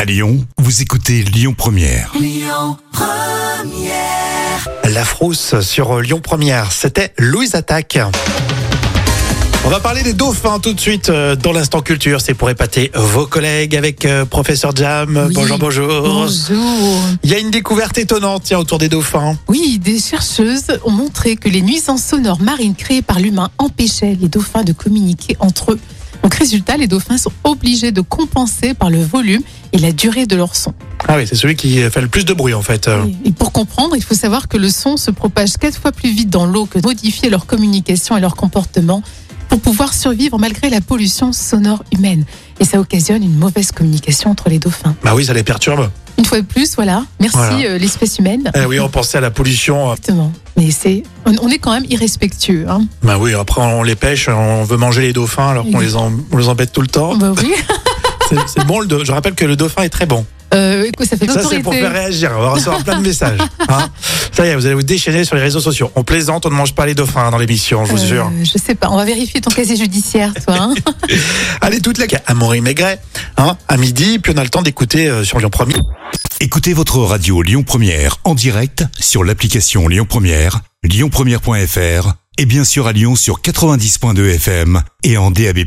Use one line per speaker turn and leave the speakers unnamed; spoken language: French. À Lyon, vous écoutez Lyon Première.
La frousse sur euh, Lyon Première, c'était Louise Attaque. On va parler des dauphins tout de suite euh, dans l'instant culture. C'est pour épater vos collègues avec euh, professeur Jam.
Oui.
Bonjour, bonjour.
Bonjour.
Il y a une découverte étonnante tiens, autour des dauphins.
Oui, des chercheuses ont montré que les nuisances sonores marines créées par l'humain empêchaient les dauphins de communiquer entre eux. Donc résultat, les dauphins sont obligés de compenser par le volume et la durée de leur son.
Ah oui, c'est celui qui fait le plus de bruit en fait. Euh,
Et pour comprendre, il faut savoir que le son se propage quatre fois plus vite dans l'eau que de modifier leur communication et leur comportement pour pouvoir survivre malgré la pollution sonore humaine. Et ça occasionne une mauvaise communication entre les dauphins.
Bah oui, ça les perturbe.
Une fois de plus, voilà. Merci
Voilà.
euh, l'espèce humaine.
Eh oui, on pensait à la pollution.
Exactement. Mais c'est, on, on est quand même irrespectueux. Hein.
Bah oui, après on les pêche, on veut manger les dauphins alors qu'on les, em- on les embête tout le temps.
Bah oui.
C'est c'est bon, le do- je rappelle que le dauphin est très bon.
Euh, écoute, ça fait
Ça, c'est pour
l'autorité.
faire réagir. On va recevoir plein de messages. hein. Ça y est, vous allez vous déchaîner sur les réseaux sociaux. On plaisante, on ne mange pas les dauphins hein, dans l'émission, je vous
Euh,
jure.
je sais pas. On va vérifier ton casier judiciaire, toi. hein.
Allez, toute la à Amaury Maigret, hein, à midi, puis on a le temps d'écouter euh, sur Lyon 1
Écoutez votre radio Lyon Première en direct sur l'application Lyon Première, lyonpremière.fr et bien sûr à Lyon sur 90.2 FM et en DAB+.